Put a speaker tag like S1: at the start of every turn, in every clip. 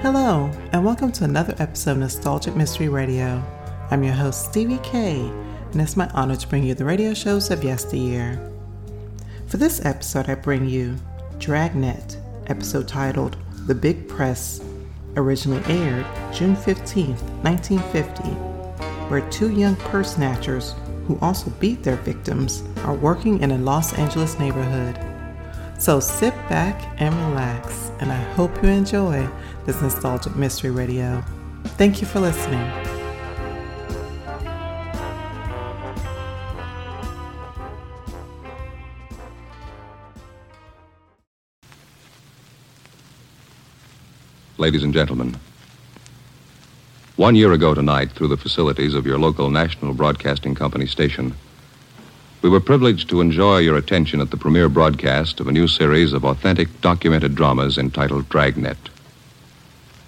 S1: Hello, and welcome to another episode of Nostalgic Mystery Radio. I'm your host, Stevie K, and it's my honor to bring you the radio shows of yesteryear. For this episode, I bring you Dragnet, episode titled The Big Press, originally aired June 15, 1950, where two young purse snatchers who also beat their victims are working in a Los Angeles neighborhood. So sit back and relax, and I hope you enjoy this nostalgic mystery radio. Thank you for listening.
S2: Ladies and gentlemen, one year ago tonight, through the facilities of your local National Broadcasting Company station, we were privileged to enjoy your attention at the premiere broadcast of a new series of authentic documented dramas entitled Dragnet.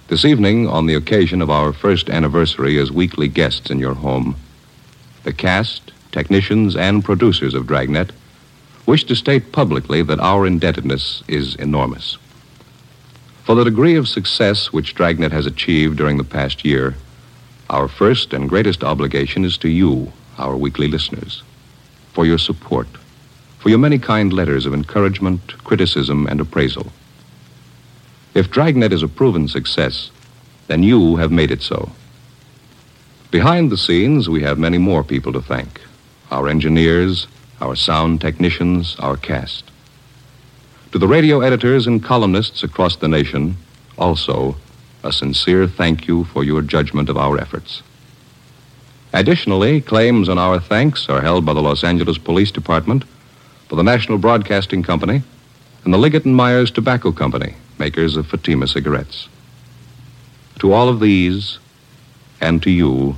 S2: This evening, on the occasion of our first anniversary as weekly guests in your home, the cast, technicians, and producers of Dragnet wish to state publicly that our indebtedness is enormous. For the degree of success which Dragnet has achieved during the past year, our first and greatest obligation is to you, our weekly listeners, for your support, for your many kind letters of encouragement, criticism, and appraisal. If Dragnet is a proven success, then you have made it so. Behind the scenes, we have many more people to thank our engineers, our sound technicians, our cast. To the radio editors and columnists across the nation, also, a sincere thank you for your judgment of our efforts. Additionally, claims on our thanks are held by the Los Angeles Police Department, by the National Broadcasting Company, and the Liggett and Myers Tobacco Company, makers of Fatima cigarettes. To all of these, and to you,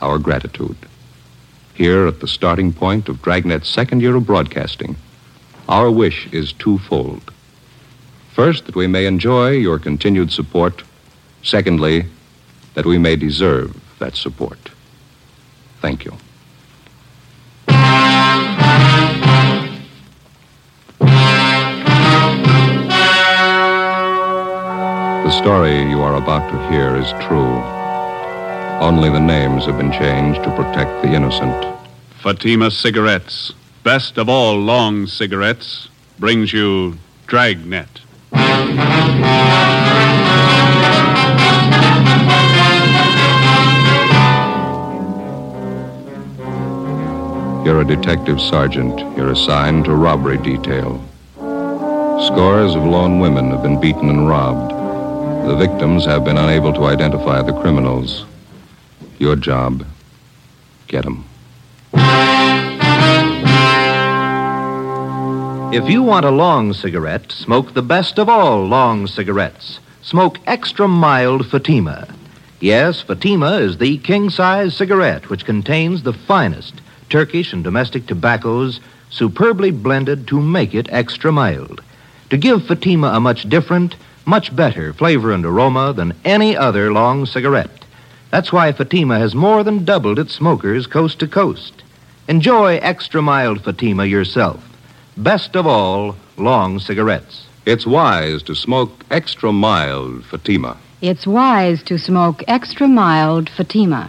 S2: our gratitude. Here at the starting point of Dragnet's second year of broadcasting, our wish is twofold. First, that we may enjoy your continued support. Secondly, that we may deserve that support. Thank you. The story you are about to hear is true. Only the names have been changed to protect the innocent.
S3: Fatima Cigarettes, best of all long cigarettes, brings you Dragnet.
S2: You're a detective sergeant. You're assigned to robbery detail. Scores of lone women have been beaten and robbed. The victims have been unable to identify the criminals. Your job, get 'em.
S4: If you want a long cigarette, smoke the best of all long cigarettes. Smoke extra mild Fatima. Yes, Fatima is the king size cigarette which contains the finest Turkish and domestic tobaccos superbly blended to make it extra mild. To give Fatima a much different, much better flavor and aroma than any other long cigarette. That's why Fatima has more than doubled its smokers coast to coast. Enjoy extra mild Fatima yourself. Best of all, long cigarettes.
S2: It's wise to smoke extra mild Fatima.
S5: It's wise to smoke extra mild Fatima.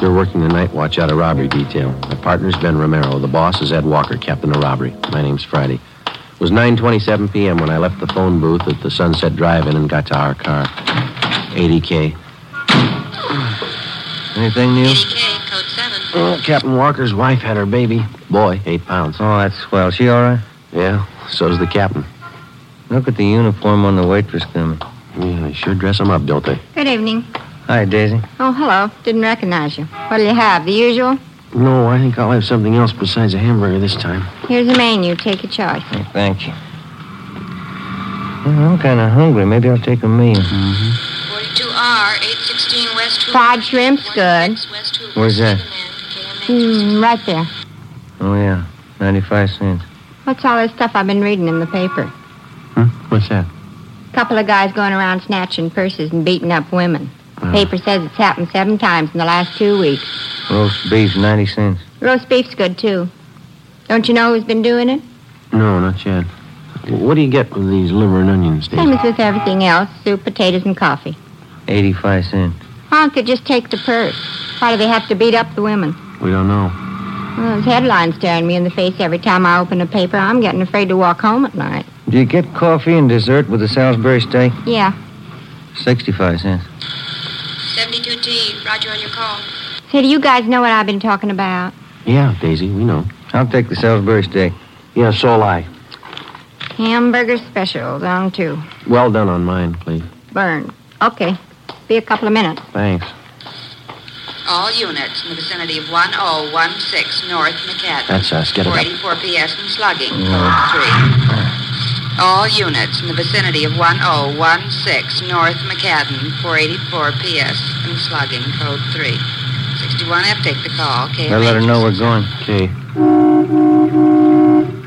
S6: We were working the night watch out of robbery detail. My partner's Ben Romero. The boss is Ed Walker, captain of robbery. My name's Friday. It was 9.27 p.m. when I left the phone booth at the Sunset Drive-In and got to our car. 80K. Anything new?
S7: AK code 7.
S6: Oh, Captain Walker's wife had her baby. Boy, eight pounds.
S8: Oh, that's swell. She all right?
S6: Yeah, so's the captain.
S8: Look at the uniform on the waitress dummy.
S6: Yeah, they sure dress 'em up, don't they?
S5: Good evening.
S8: Hi, Daisy.
S5: Oh, hello. Didn't recognize you. What'll you have? The usual?
S6: No, I think I'll have something else besides a hamburger this time.
S5: Here's the menu. Take your choice.
S8: Hey, thank you. I'm kind of hungry. Maybe I'll take a meal.
S7: 42R, 816 West Hoover.
S9: Fried shrimp's good.
S7: West Hoover.
S8: Where's that?
S9: Mm, right there.
S8: Oh, yeah. 95 cents.
S9: What's all this stuff I've been reading in the paper?
S6: Huh? What's that?
S9: Couple of guys going around snatching purses and beating up women.
S6: Oh.
S9: Paper says it's happened seven times in the last two weeks.
S8: Roast beef, 90 cents.
S9: Roast beef's good, too. Don't you know who's been doing it?
S6: No, not yet. What do you get with these liver and onions, Daisy?
S9: Same as with everything else soup, potatoes, and coffee.
S8: 85 cents.
S9: Why don't they just take the purse? Why do they have to beat up the women?
S6: We don't know.
S9: Well, those headlines staring me in the face every time I open a paper. I'm getting afraid to walk home at night.
S8: Do you get coffee and dessert with a Salisbury steak?
S9: Yeah.
S8: 65 cents.
S7: 72T, roger on your call.
S9: Say, do you guys know what I've been talking about?
S6: Yeah, Daisy, we know.
S8: I'll take the Salisbury steak.
S6: Yeah, so'll I.
S9: Hamburger specials on two.
S6: Well done on mine, please.
S9: Burn. Okay. Be a couple of minutes.
S6: Thanks.
S7: All units in the vicinity of 1016 North McCadden.
S6: That's us. Get it up. Mm.
S7: 484 PS and slugging, code 3. All units in the vicinity of 1016 North McCadden, 484 PS and slugging, code 3. 61F, take the call.
S8: Better let her
S7: KMH.
S8: know we're going.
S6: Okay.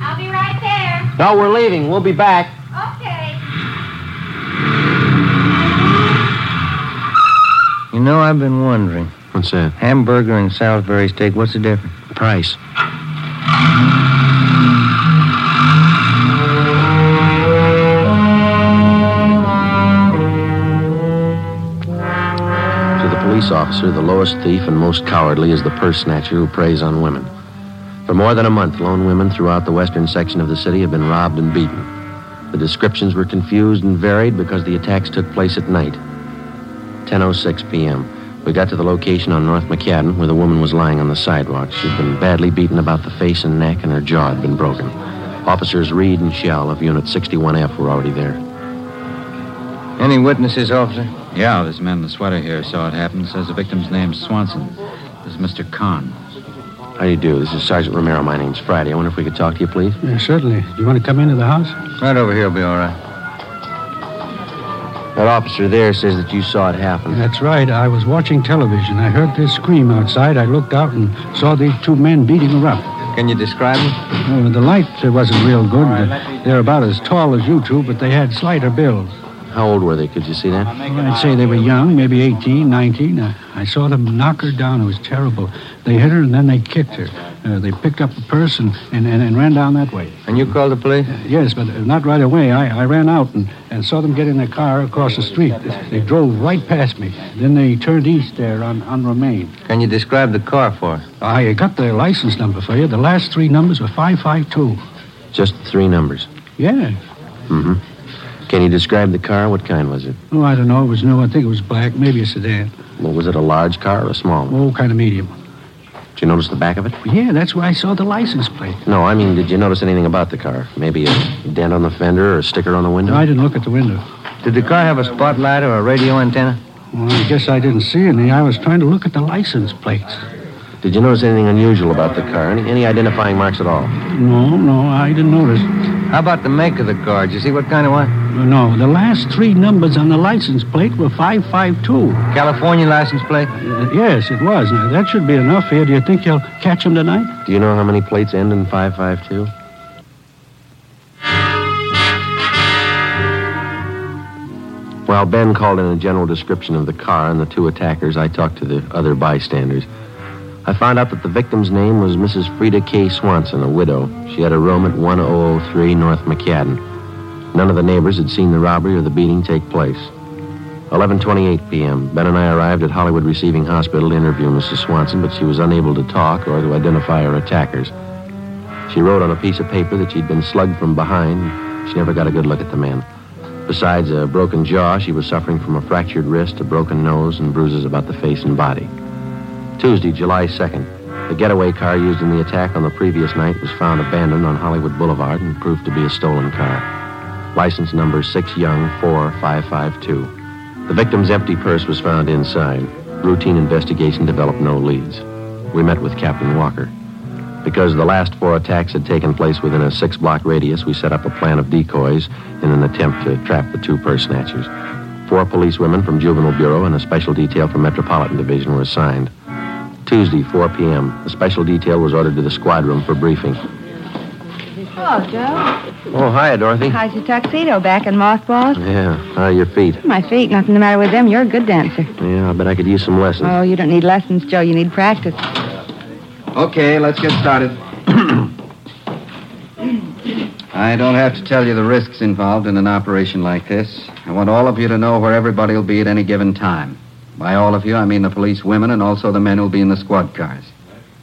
S7: I'll be right there.
S6: No, we're leaving. We'll be back.
S7: Okay.
S8: You know, I've been wondering.
S6: What's that?
S8: Hamburger and Salisbury steak, what's the difference?
S6: Price. To the police officer, the lowest thief and most cowardly is the purse snatcher who preys on women. For more than a month, lone women throughout the western section of the city have been robbed and beaten. The descriptions were confused and varied because the attacks took place at night. 10.06 p.m. We got to the location on North McCadden where the woman was lying on the sidewalk. She'd been badly beaten about the face and neck, and her jaw had been broken. Officers Reed and Shell of Unit 61F were already there.
S8: Any witnesses, officer?
S10: Yeah, this man in the sweater here saw it happen. Says the victim's name's Swanson. This is Mr. Kahn.
S6: How do you do? This is Sergeant Romero. My name's Friday. I wonder if we could talk to you, please.
S11: Yeah, certainly. Do you want to come into the house?
S8: Right over here will be all right.
S6: That officer there says that you saw it happen.
S11: That's right. I was watching television. I heard this scream outside. I looked out and saw these two men beating her up.
S8: Can you describe it?
S11: Oh, the light uh, wasn't real good. They're about as tall as you two, but they had slighter builds.
S6: How old were they? Could you see that?
S11: I'd say they were young, maybe 18, 19. I, I saw them knock her down. It was terrible. They hit her and then they kicked her. Uh, they picked up the purse and, and, and, and ran down that way.
S8: And you called the police?
S11: Yes, but uh, not right away. I, I ran out and, and saw them get in their car across the street. They drove right past me. Then they turned east there on, on Romaine.
S8: Can you describe the car for us?
S11: I got their license number for you. The last three numbers were 552.
S6: Just three numbers.
S11: Yeah.
S6: Mm-hmm. Can you describe the car? What kind was it?
S11: Oh, I don't know. It was new. I think it was black, maybe a sedan.
S6: Well, was it a large car or a small one?
S11: Oh, kind of medium.
S6: Did you notice the back of it?
S11: Yeah, that's where I saw the license plate.
S6: No, I mean, did you notice anything about the car? Maybe a dent on the fender or a sticker on the window?
S11: No, I didn't look at the window.
S8: Did the car have a spotlight or a radio antenna?
S11: Well, I guess I didn't see any. I was trying to look at the license plates.
S6: Did you notice anything unusual about the car? Any, any identifying marks at all?
S11: No, no, I didn't notice.
S8: How about the make of the car? Did you see what kind of one?
S11: No, the last three numbers on the license plate were 552.
S8: California license plate?
S11: Uh, yes, it was. Now, that should be enough here. Do you think you'll catch him tonight?
S6: Do you know how many plates end in 552? While Ben called in a general description of the car and the two attackers, I talked to the other bystanders. I found out that the victim's name was Mrs. Frida K. Swanson, a widow. She had a room at 1003 North McCadden. None of the neighbors had seen the robbery or the beating take place. 11:28 p.m. Ben and I arrived at Hollywood Receiving Hospital to interview Mrs. Swanson, but she was unable to talk or to identify her attackers. She wrote on a piece of paper that she'd been slugged from behind. She never got a good look at the man. Besides a broken jaw, she was suffering from a fractured wrist, a broken nose, and bruises about the face and body. Tuesday, July 2nd. The getaway car used in the attack on the previous night was found abandoned on Hollywood Boulevard and proved to be a stolen car. License number 6 Young 4552. The victim's empty purse was found inside. Routine investigation developed no leads. We met with Captain Walker. Because the last four attacks had taken place within a six block radius, we set up a plan of decoys in an attempt to trap the two purse snatchers. Four police women from Juvenile Bureau and a special detail from Metropolitan Division were assigned. Tuesday, 4 p.m., a special detail was ordered to the squad room for briefing.
S12: Hello, Joe.
S6: Oh, hiya, Dorothy.
S12: How's your tuxedo? Back in mothballs?
S6: Yeah, how are your feet?
S12: My feet, nothing the matter with them. You're a good dancer.
S6: Yeah, I bet I could use some lessons.
S12: Oh, you don't need lessons, Joe. You need practice.
S8: Okay, let's get started.
S13: I don't have to tell you the risks involved in an operation like this. I want all of you to know where everybody will be at any given time. By all of you, I mean the police women and also the men who'll be in the squad cars.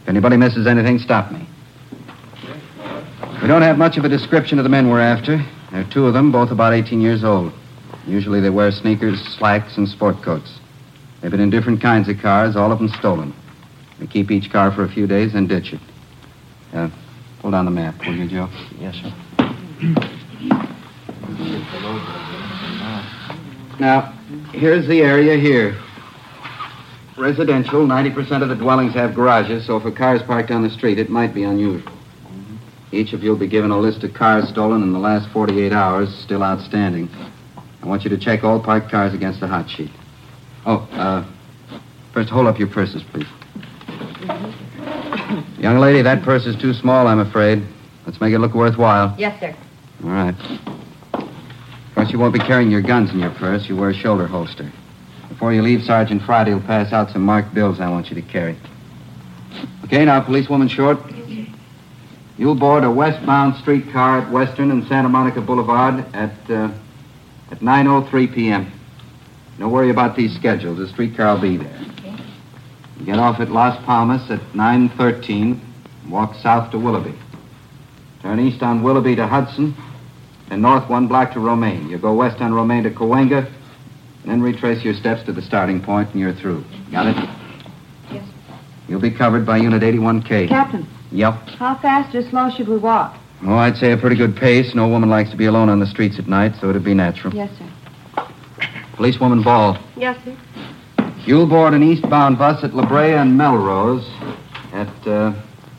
S13: If anybody misses anything, stop me. We don't have much of a description of the men we're after. There are two of them, both about 18 years old. Usually they wear sneakers, slacks, and sport coats. They've been in different kinds of cars, all of them stolen. We keep each car for a few days and ditch it. Uh, pull down the map, will you, Joe? Yes, sir. Now, here's the area here. Residential, 90% of the dwellings have garages, so if a car's parked on the street, it might be unusual. Each of you will be given a list of cars stolen in the last 48 hours, still outstanding. I want you to check all parked cars against the hot sheet. Oh, uh, first hold up your purses, please. Young lady, that purse is too small, I'm afraid. Let's make it look worthwhile.
S12: Yes, sir.
S13: All right. Of course, you won't be carrying your guns in your purse. You wear a shoulder holster. Before you leave, Sergeant Friday will pass out some marked bills I want you to carry. Okay, now, policewoman Short, you'll board a westbound streetcar at Western and Santa Monica Boulevard at uh, at 9:03 p.m. Don't worry about these schedules. The streetcar will be there. You get off at Las Palmas at 9:13, and walk south to Willoughby. Turn east on Willoughby to Hudson, and north one block to Romaine. You go west on Romaine to Cahuenga, and then retrace your steps to the starting point, and you're through. Got it?
S12: Yes.
S13: You'll be covered by Unit 81K.
S12: Captain,
S13: Yep.
S12: how fast or slow should we walk?
S13: Oh, I'd say a pretty good pace. No woman likes to be alone on the streets at night, so it'd be
S6: Mm.
S13: natural.
S12: Yes, sir.
S13: Policewoman Ball,
S12: Yes, sir.
S13: you'll board an eastbound bus at La Brea and Melrose at uh,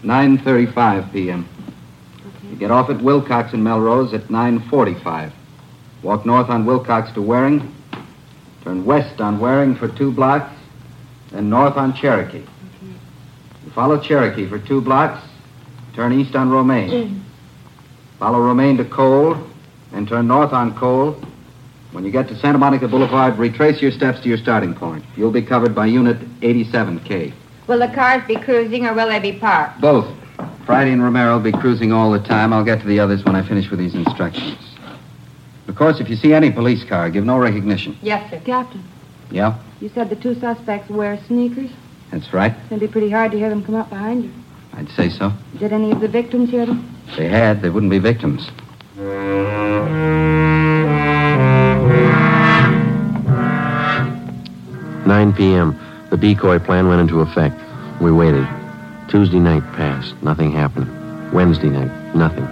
S13: 9.35 p.m. You get off at Wilcox and Melrose at 9.45. Walk north on Wilcox to Waring. Turn west on Waring for two blocks, then north on Cherokee. You follow Cherokee for two blocks, turn east on Romaine. Follow Romaine to Cole, then turn north on Cole. When you get to Santa Monica Boulevard, retrace your steps to your starting point. You'll be covered by Unit 87K.
S9: Will the cars be cruising or will they be parked?
S13: Both. Friday and Romero will be cruising all the time. I'll get to the others when I finish with these instructions. Of course, if you see any police car, give no recognition.
S12: Yes, sir. Captain,
S13: Yeah?
S12: you said the two suspects wear sneakers.
S13: That's right.
S12: It's going to be pretty hard to hear them come up behind you.
S13: I'd say so.
S12: Did any of the victims hear them?
S13: If they had, they wouldn't be victims.
S6: Nine p.m. The decoy plan went into effect. We waited. Tuesday night passed. Nothing happened. Wednesday night, nothing.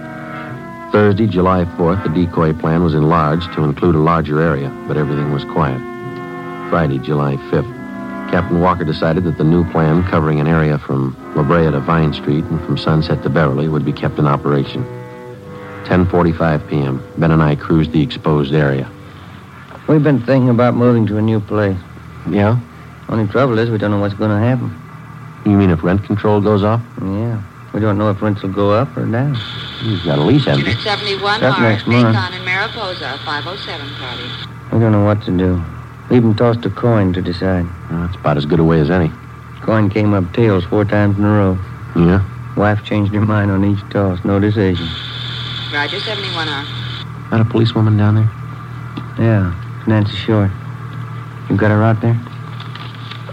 S6: Thursday, July 4th, the decoy plan was enlarged to include a larger area, but everything was quiet. Friday, July 5th, Captain Walker decided that the new plan covering an area from La Brea to Vine Street and from Sunset to Beverly would be kept in operation. 10:45 p.m. Ben and I cruised the exposed area.
S8: We've been thinking about moving to a new place.
S6: Yeah?
S8: Only trouble is we don't know what's going to happen.
S6: You mean if rent control goes off?
S8: Yeah. We don't know if rents will go up or down.
S6: You've got a lease, haven't
S7: Unit 71
S8: That's
S7: R,
S8: next month.
S7: Macon and Mariposa, 507 party.
S8: We don't know what to do. We even tossed a coin to decide.
S6: that's about as good a way as any.
S8: Coin came up tails four times in a row.
S6: Yeah?
S8: Wife changed her mind on each toss. No decision.
S7: Roger, 71 R.
S6: Not a policewoman down there?
S8: Yeah. Nancy Short. You got her out there?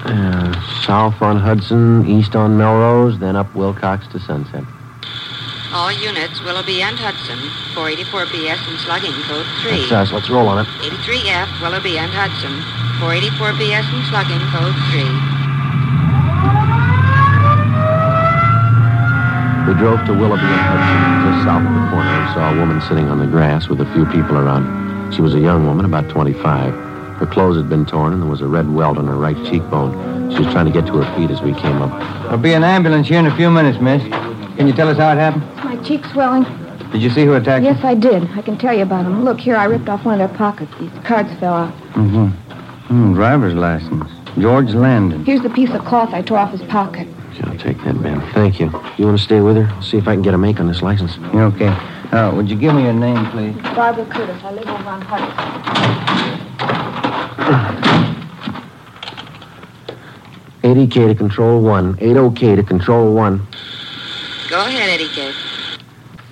S6: Uh, south on Hudson, east on Melrose, then up Wilcox to Sunset.
S7: All units, Willoughby and Hudson, 484 PS and slugging code 3.
S6: That's us. Let's roll on it.
S7: 83F, Willoughby and Hudson, 484 PS and slugging code 3.
S6: We drove to Willoughby and Hudson, just south of the corner, and saw a woman sitting on the grass with a few people around. She was a young woman, about 25. Her clothes had been torn, and there was a red welt on her right cheekbone. She was trying to get to her feet as we came up.
S8: There'll be an ambulance here in a few minutes, miss.
S13: Can you tell us how it happened?
S12: My cheeks swelling.
S13: Did you see who attacked you?
S12: Yes, I did. I can tell you about them. Look, here, I ripped off one of their pockets. These cards fell out.
S8: Mm-hmm. Mm, driver's license. George Landon.
S12: Here's the piece of cloth I tore off his pocket.
S6: I'll take that, Ben. Thank you. You want to stay with her? I'll see if I can get a make on this license.
S8: You're okay. Uh, would you give me your name, please?
S12: Barbara Curtis. I live over on Hudson.
S8: E
S6: 80K to control one. 80K to control one.
S7: Go ahead, Eddie K.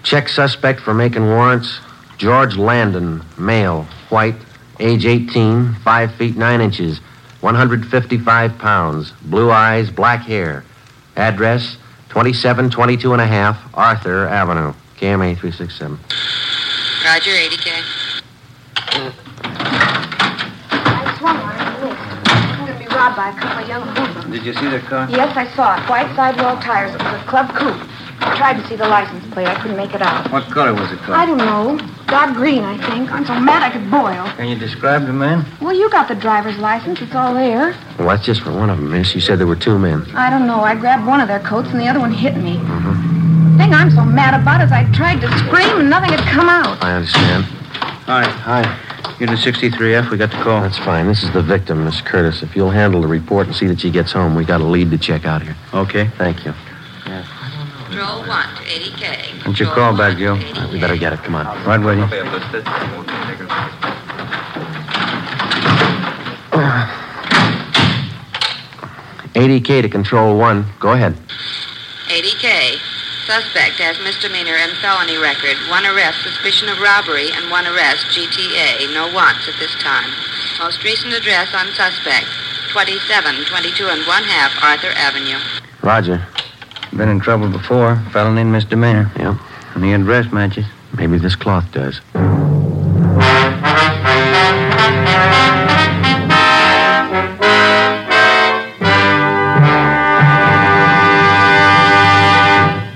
S6: Check suspect for making warrants. George Landon, male, white, age 18, 5 feet 9 inches, 155 pounds, blue eyes, black hair. Address 2722 and a half Arthur Avenue, KMA 367.
S7: Roger, 80K.
S12: I swung on it. I'm going to be robbed by a couple of young hoodlums.
S8: Did you see the car?
S12: Yes, I saw it. White sidewall tires. It was a club coupe. I tried to see the license plate. I couldn't make it out.
S8: What color was the
S12: I don't know. Dark green, I think. I'm so mad I could boil.
S8: Can you describe the man?
S12: Well, you got the driver's license. It's all there.
S6: Well, that's just for one of them, miss. You said there were two men.
S12: I don't know. I grabbed one of their coats and the other one hit me.
S6: Mm-hmm.
S12: The thing I'm so mad about is I tried to scream and nothing had come out.
S6: I understand.
S8: Hi. Hi. Unit 63F, we got the call.
S6: That's fine. This is the victim, Miss Curtis. If you'll handle the report and see that she gets home, we got a lead to check out here.
S8: Okay.
S6: Thank you.
S7: Control 1 to 80K.
S8: Why not you call back, Joe?
S6: All right, we better get it. Come on.
S8: Right with you.
S6: Eighty K to control one. Go ahead.
S7: 80K. Suspect has misdemeanor and felony record. One arrest, suspicion of robbery, and one arrest, GTA. No wants at this time. Most recent address on suspect, 2722 and one half Arthur Avenue.
S6: Roger.
S8: Been in trouble before. Felony and misdemeanor.
S6: Yeah.
S8: And the address matches.
S6: Maybe this cloth does.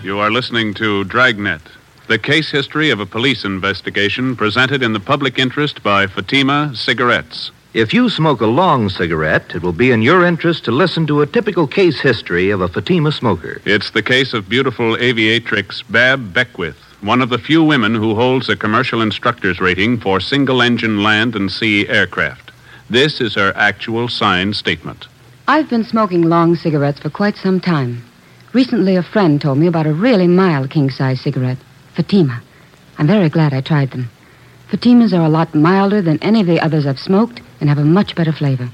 S3: You are listening to Dragnet, the case history of a police investigation presented in the public interest by Fatima Cigarettes.
S4: If you smoke a long cigarette, it will be in your interest to listen to a typical case history of a Fatima smoker.
S3: It's the case of beautiful aviatrix Bab Beckwith, one of the few women who holds a commercial instructor's rating for single engine land and sea aircraft. This is her actual signed statement.
S5: I've been smoking long cigarettes for quite some time. Recently, a friend told me about a really mild king size cigarette, Fatima. I'm very glad I tried them. Fatimas are a lot milder than any of the others I've smoked and have a much better flavor.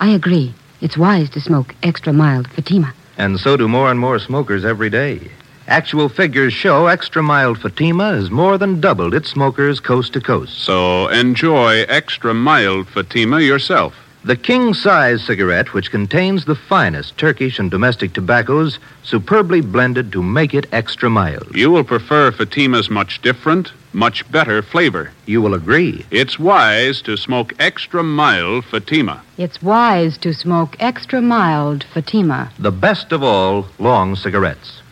S5: I agree. It's wise to smoke extra mild Fatima.
S4: And so do more and more smokers every day. Actual figures show extra mild Fatima has more than doubled its smokers coast to coast.
S3: So enjoy extra mild Fatima yourself.
S4: The king size cigarette, which contains the finest Turkish and domestic tobaccos, superbly blended to make it extra mild.
S3: You will prefer Fatima's much different, much better flavor.
S4: You will agree.
S3: It's wise to smoke extra mild Fatima.
S5: It's wise to smoke extra mild Fatima.
S4: The best of all long cigarettes.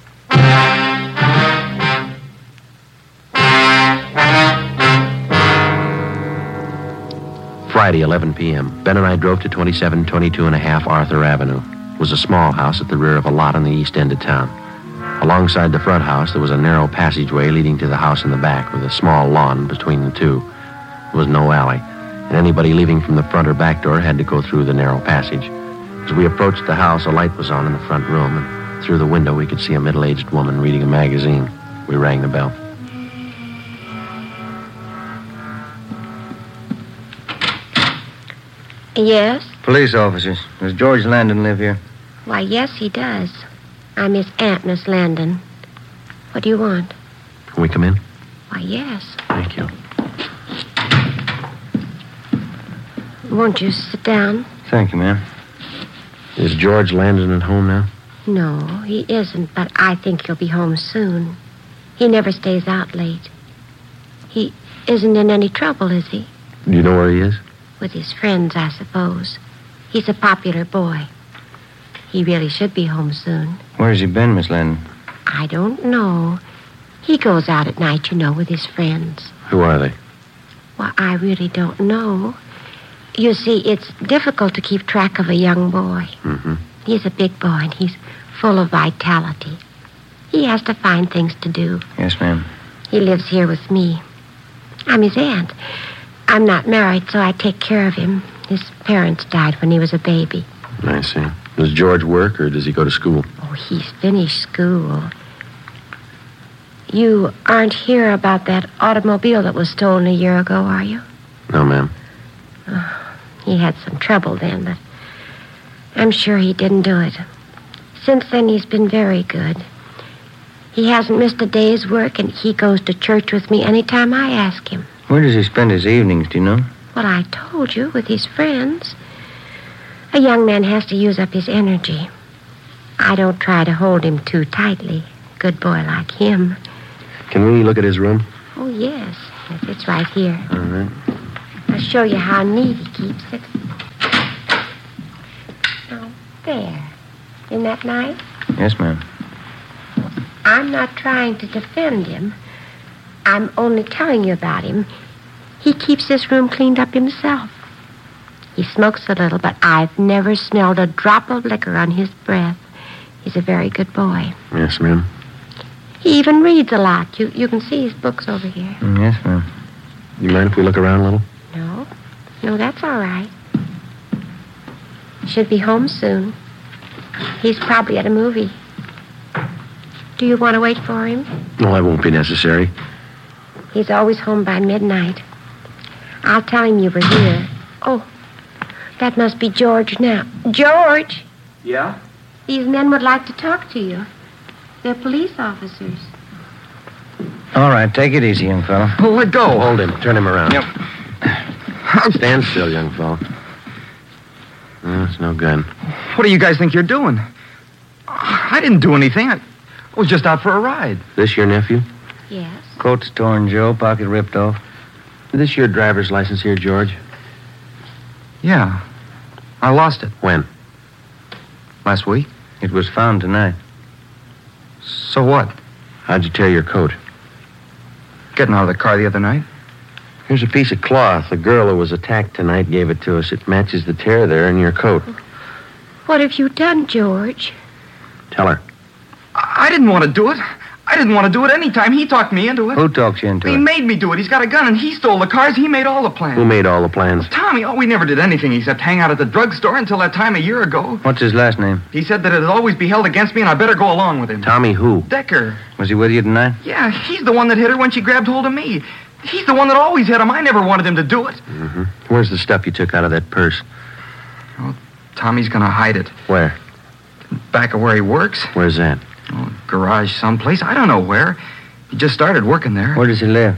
S6: Friday, 11 p.m. Ben and I drove to 2722 and a half Arthur Avenue. It was a small house at the rear of a lot on the east end of town. Alongside the front house, there was a narrow passageway leading to the house in the back with a small lawn between the two. There was no alley, and anybody leaving from the front or back door had to go through the narrow passage. As we approached the house, a light was on in the front room, and through the window we could see a middle aged woman reading a magazine. We rang the bell.
S14: Yes?
S8: Police officers. Does George Landon live here?
S14: Why, yes, he does. I'm his aunt, Miss Landon. What do you want?
S6: Can we come in?
S14: Why, yes.
S6: Thank you.
S14: Won't you sit down?
S8: Thank you, ma'am.
S6: Is George Landon at home now?
S14: No, he isn't, but I think he'll be home soon. He never stays out late. He isn't in any trouble, is he?
S6: Do you know where he is?
S14: With his friends, I suppose. He's a popular boy. He really should be home soon.
S8: Where's he been, Miss Landon?
S14: I don't know. He goes out at night, you know, with his friends.
S6: Who are they?
S14: Well, I really don't know. You see, it's difficult to keep track of a young boy.
S6: Mm-hmm.
S14: He's a big boy and he's full of vitality. He has to find things to do.
S8: Yes, ma'am.
S14: He lives here with me. I'm his aunt. I'm not married, so I take care of him. His parents died when he was a baby.
S6: I see. Does George work or does he go to school?
S14: Oh, he's finished school. You aren't here about that automobile that was stolen a year ago, are you?
S6: No, ma'am.
S14: Oh, he had some trouble then, but I'm sure he didn't do it. Since then, he's been very good. He hasn't missed a day's work, and he goes to church with me any time I ask him.
S8: Where does he spend his evenings, do you know?
S14: Well, I told you, with his friends. A young man has to use up his energy. I don't try to hold him too tightly. Good boy like him.
S6: Can we look at his room?
S14: Oh, yes. Yes, It's right here.
S6: All right.
S14: I'll show you how neat he keeps it. Now, there. Isn't that nice?
S8: Yes, ma'am.
S14: I'm not trying to defend him. I'm only telling you about him. He keeps this room cleaned up himself. He smokes a little, but I've never smelled a drop of liquor on his breath. He's a very good boy.
S6: Yes, ma'am.
S14: He even reads a lot. You, you can see his books over here.
S8: Mm, Yes, ma'am.
S6: You mind if we look around a little?
S14: No? No, that's all right. Should be home soon. He's probably at a movie. Do you want to wait for him?
S6: No, that won't be necessary.
S14: He's always home by midnight. I'll tell him you were here. Oh, that must be George now. George,
S15: Yeah?
S14: these men would like to talk to you. They're police officers.
S8: All right, take it easy, young fellow.
S6: Oh, let go. Hold him. Turn him around. Yep. Stand still, young fellow. No, it's no good.
S15: What do you guys think you're doing? I didn't do anything. I was just out for a ride.
S6: This your nephew?
S14: Yes.
S8: Coat's torn, Joe. Pocket ripped off.
S6: This your driver's license here, George?
S15: Yeah. I lost it.
S6: When?
S15: Last week.
S8: It was found tonight.
S15: So what?
S6: How'd you tear your coat?
S15: Getting out of the car the other night?
S6: Here's a piece of cloth. The girl who was attacked tonight gave it to us. It matches the tear there in your coat.
S14: What have you done, George?
S6: Tell her.
S15: I I didn't want to do it. I didn't want to do it any time. He talked me into it.
S8: Who talks you into
S15: He
S8: it?
S15: made me do it. He's got a gun and he stole the cars. He made all the plans.
S6: Who made all the plans?
S15: Tommy, oh, we never did anything except hang out at the drugstore until that time a year ago.
S8: What's his last name?
S15: He said that it'd always be held against me and I better go along with him.
S6: Tommy who?
S15: Decker.
S8: Was he with you tonight?
S15: Yeah, he's the one that hit her when she grabbed hold of me. He's the one that always hit him. I never wanted him to do it.
S6: Mm-hmm. Where's the stuff you took out of that purse?
S15: Tommy's gonna hide it.
S6: Where?
S15: Back of where he works. Oh,
S6: Where's that?
S15: Garage someplace. I don't know where. He just started working there.
S8: Where does he live?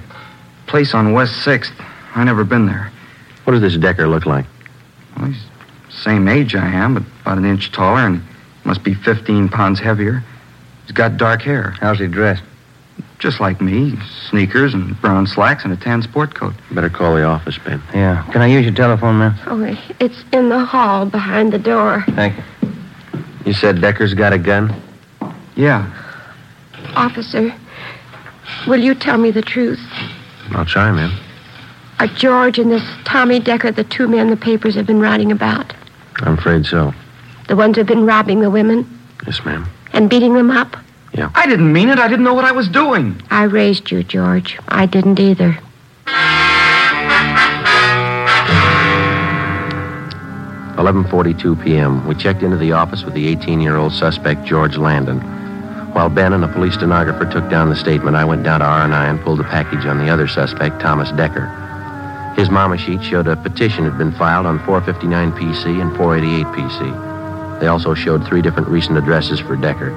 S15: Place on West 6th. I never been there.
S6: What does this Decker look like?
S15: Well, he's same age I am, but about an inch taller and must be 15 pounds heavier. He's got dark hair.
S8: How's he dressed?
S15: Just like me. Sneakers and brown slacks and a tan sport coat.
S6: Better call the office, Ben.
S8: Yeah. Can I use your telephone, ma'am?
S14: Oh, it's in the hall behind the door.
S8: Thank you.
S6: You said Decker's got a gun?
S15: Yeah.
S14: Officer, will you tell me the truth?
S6: I'll try, ma'am.
S14: Are George and this Tommy Decker the two men the papers have been writing about?
S6: I'm afraid so.
S14: The ones who've been robbing the women
S6: Yes, ma'am.
S14: and beating them up?
S15: I didn't mean it. I didn't know what I was doing.
S14: I raised you, George. I didn't either.
S6: Eleven forty-two p.m. We checked into the office with the 18-year-old suspect George Landon. While Ben and a police stenographer took down the statement, I went down to R&I and pulled a package on the other suspect, Thomas Decker. His mama sheet showed a petition had been filed on 459 PC and 488 PC. They also showed three different recent addresses for Decker,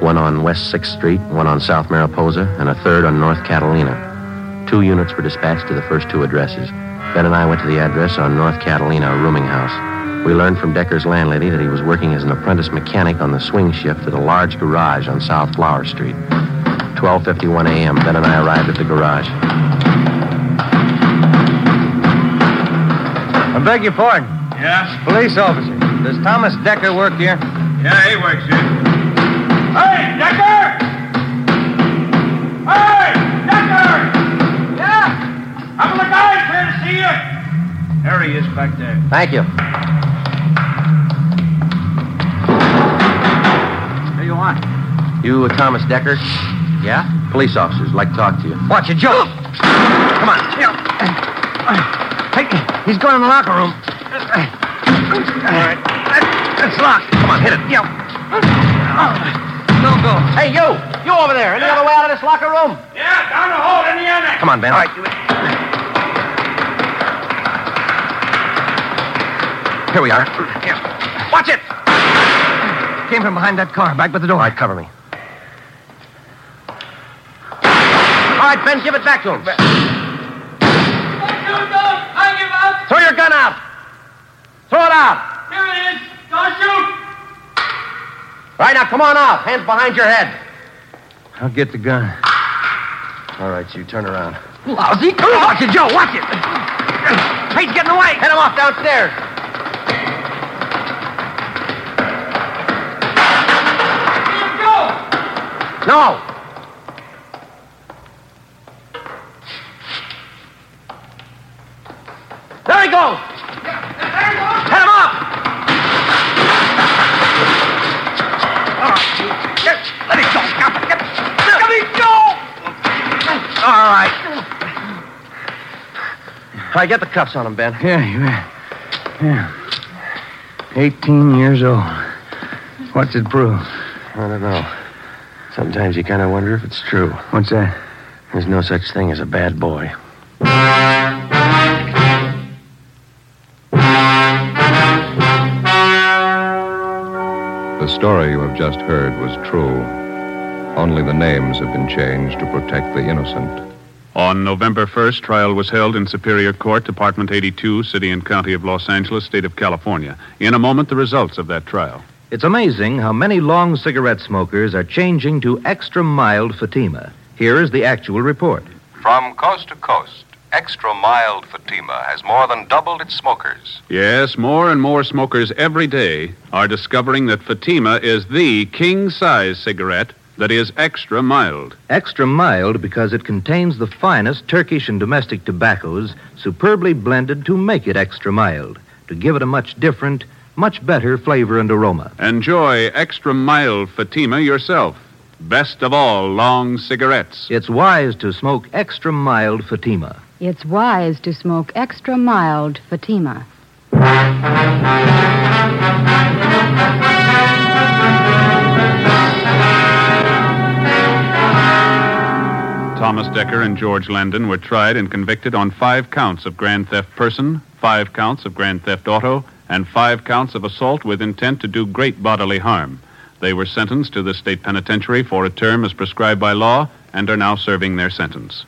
S6: one on West 6th Street, one on South Mariposa, and a third on North Catalina. Two units were dispatched to the first two addresses. Ben and I went to the address on North Catalina, a rooming house. We learned from Decker's landlady that he was working as an apprentice mechanic on the swing shift at a large garage on South Flower Street. 12:51 a.m. Ben and I arrived at the garage.
S8: I beg your pardon.
S16: Yeah?
S8: Police officer. Does Thomas Decker work here?
S16: Yeah, he works here. Hey, Decker! Hey, Decker! Yeah? I'm the guy here to see you. There he is back there.
S8: Thank you.
S15: What do you want?
S6: You, uh, Thomas Decker?
S16: Yeah?
S6: Police officers like to talk to you.
S16: Watch it, Joe. Come on. Hey, he's going in the locker room. All right. It's locked. Come on, hit it. Yo. Go, go. Hey, you. You over there. Any other way out of this locker room?
S8: Yeah, down the hall, in the annex.
S16: Come on, Ben. All right. Here we are. Here. Watch it. Came from behind that car, back by the door. All right, cover me. All right, Ben, give it back to him.
S8: You don't. I give up.
S16: Throw your gun out. Throw it out.
S8: Here it is. Don't shoot.
S16: All right, now come on out. Hands behind your head. I'll get the gun. All right, you turn around. Lousy. Watch it, Joe. Watch it. Hey, he's getting away. Head him off downstairs. No! There he goes! Head him off! Let it go! Let it go! All right. All right, get the cuffs on him, Ben. Yeah, you Yeah. 18 years old. What's it prove?
S6: I don't know. Sometimes you kind of wonder if it's true.
S16: What's that?
S6: There's no such thing as a bad boy.
S2: The story you have just heard was true. Only the names have been changed to protect the innocent.
S3: On November 1st, trial was held in Superior Court, Department 82, City and County of Los Angeles, State of California. In a moment, the results of that trial.
S4: It's amazing how many long cigarette smokers are changing to extra mild Fatima. Here is the actual report.
S17: From coast to coast, extra mild Fatima has more than doubled its smokers.
S3: Yes, more and more smokers every day are discovering that Fatima is the king size cigarette that is extra mild.
S4: Extra mild because it contains the finest Turkish and domestic tobaccos, superbly blended to make it extra mild, to give it a much different, much better flavor and aroma.
S3: Enjoy extra mild Fatima yourself. Best of all, long cigarettes.
S4: It's wise to smoke extra mild Fatima.
S18: It's wise to smoke extra mild Fatima.
S3: Thomas Decker and George Landon were tried and convicted on five counts of grand theft person, five counts of grand theft auto, and five counts of assault with intent to do great bodily harm. They were sentenced to the state penitentiary for a term as prescribed by law and are now serving their sentence.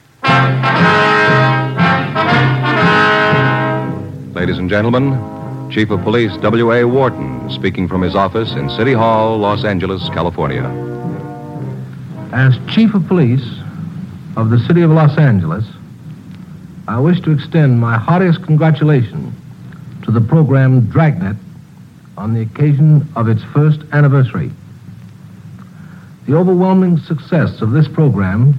S2: Ladies and gentlemen, Chief of Police W.A. Wharton speaking from his office in City Hall, Los Angeles, California.
S19: As Chief of Police of the City of Los Angeles, I wish to extend my heartiest congratulations to the program Dragnet on the occasion of its first anniversary. The overwhelming success of this program,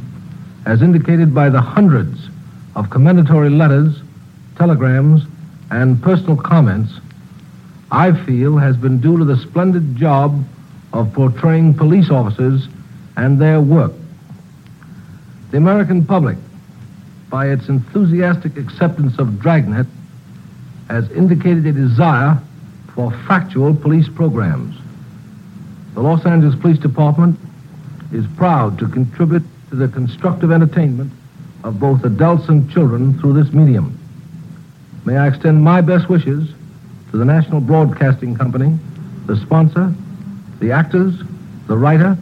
S19: as indicated by the hundreds of commendatory letters, telegrams, and personal comments, I feel has been due to the splendid job of portraying police officers and their work. The American public, by its enthusiastic acceptance of Dragnet, has indicated a desire for factual police programs. The Los Angeles Police Department is proud to contribute to the constructive entertainment of both adults and children through this medium. May I extend my best wishes to the National Broadcasting Company, the sponsor, the actors, the writer,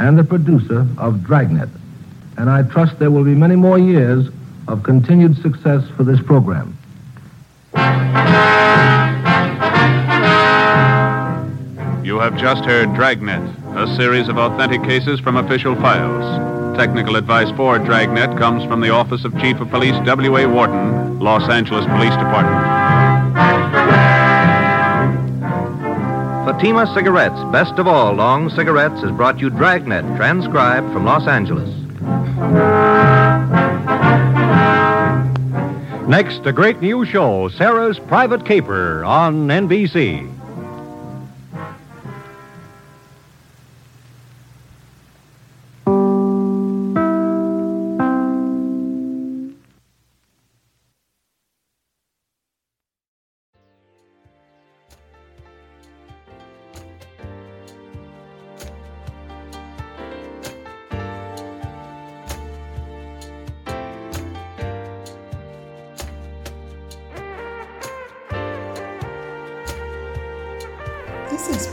S19: and the producer of Dragnet. And I trust there will be many more years of continued success for this program.
S3: You have just heard Dragnet, a series of authentic cases from official files. Technical advice for Dragnet comes from the Office of Chief of Police W.A. Wharton, Los Angeles Police Department.
S4: Fatima Cigarettes, best of all long cigarettes, has brought you Dragnet, transcribed from Los Angeles.
S20: Next, a great new show, Sarah's Private Caper, on NBC.
S1: This has